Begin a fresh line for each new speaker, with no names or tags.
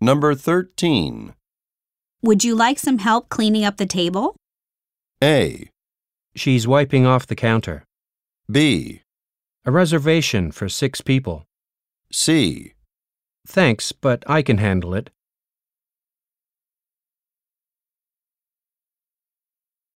Number 13.
Would you like some help cleaning up the table?
A.
She's wiping off the counter.
B.
A reservation for six people.
C.
Thanks, but I can handle it.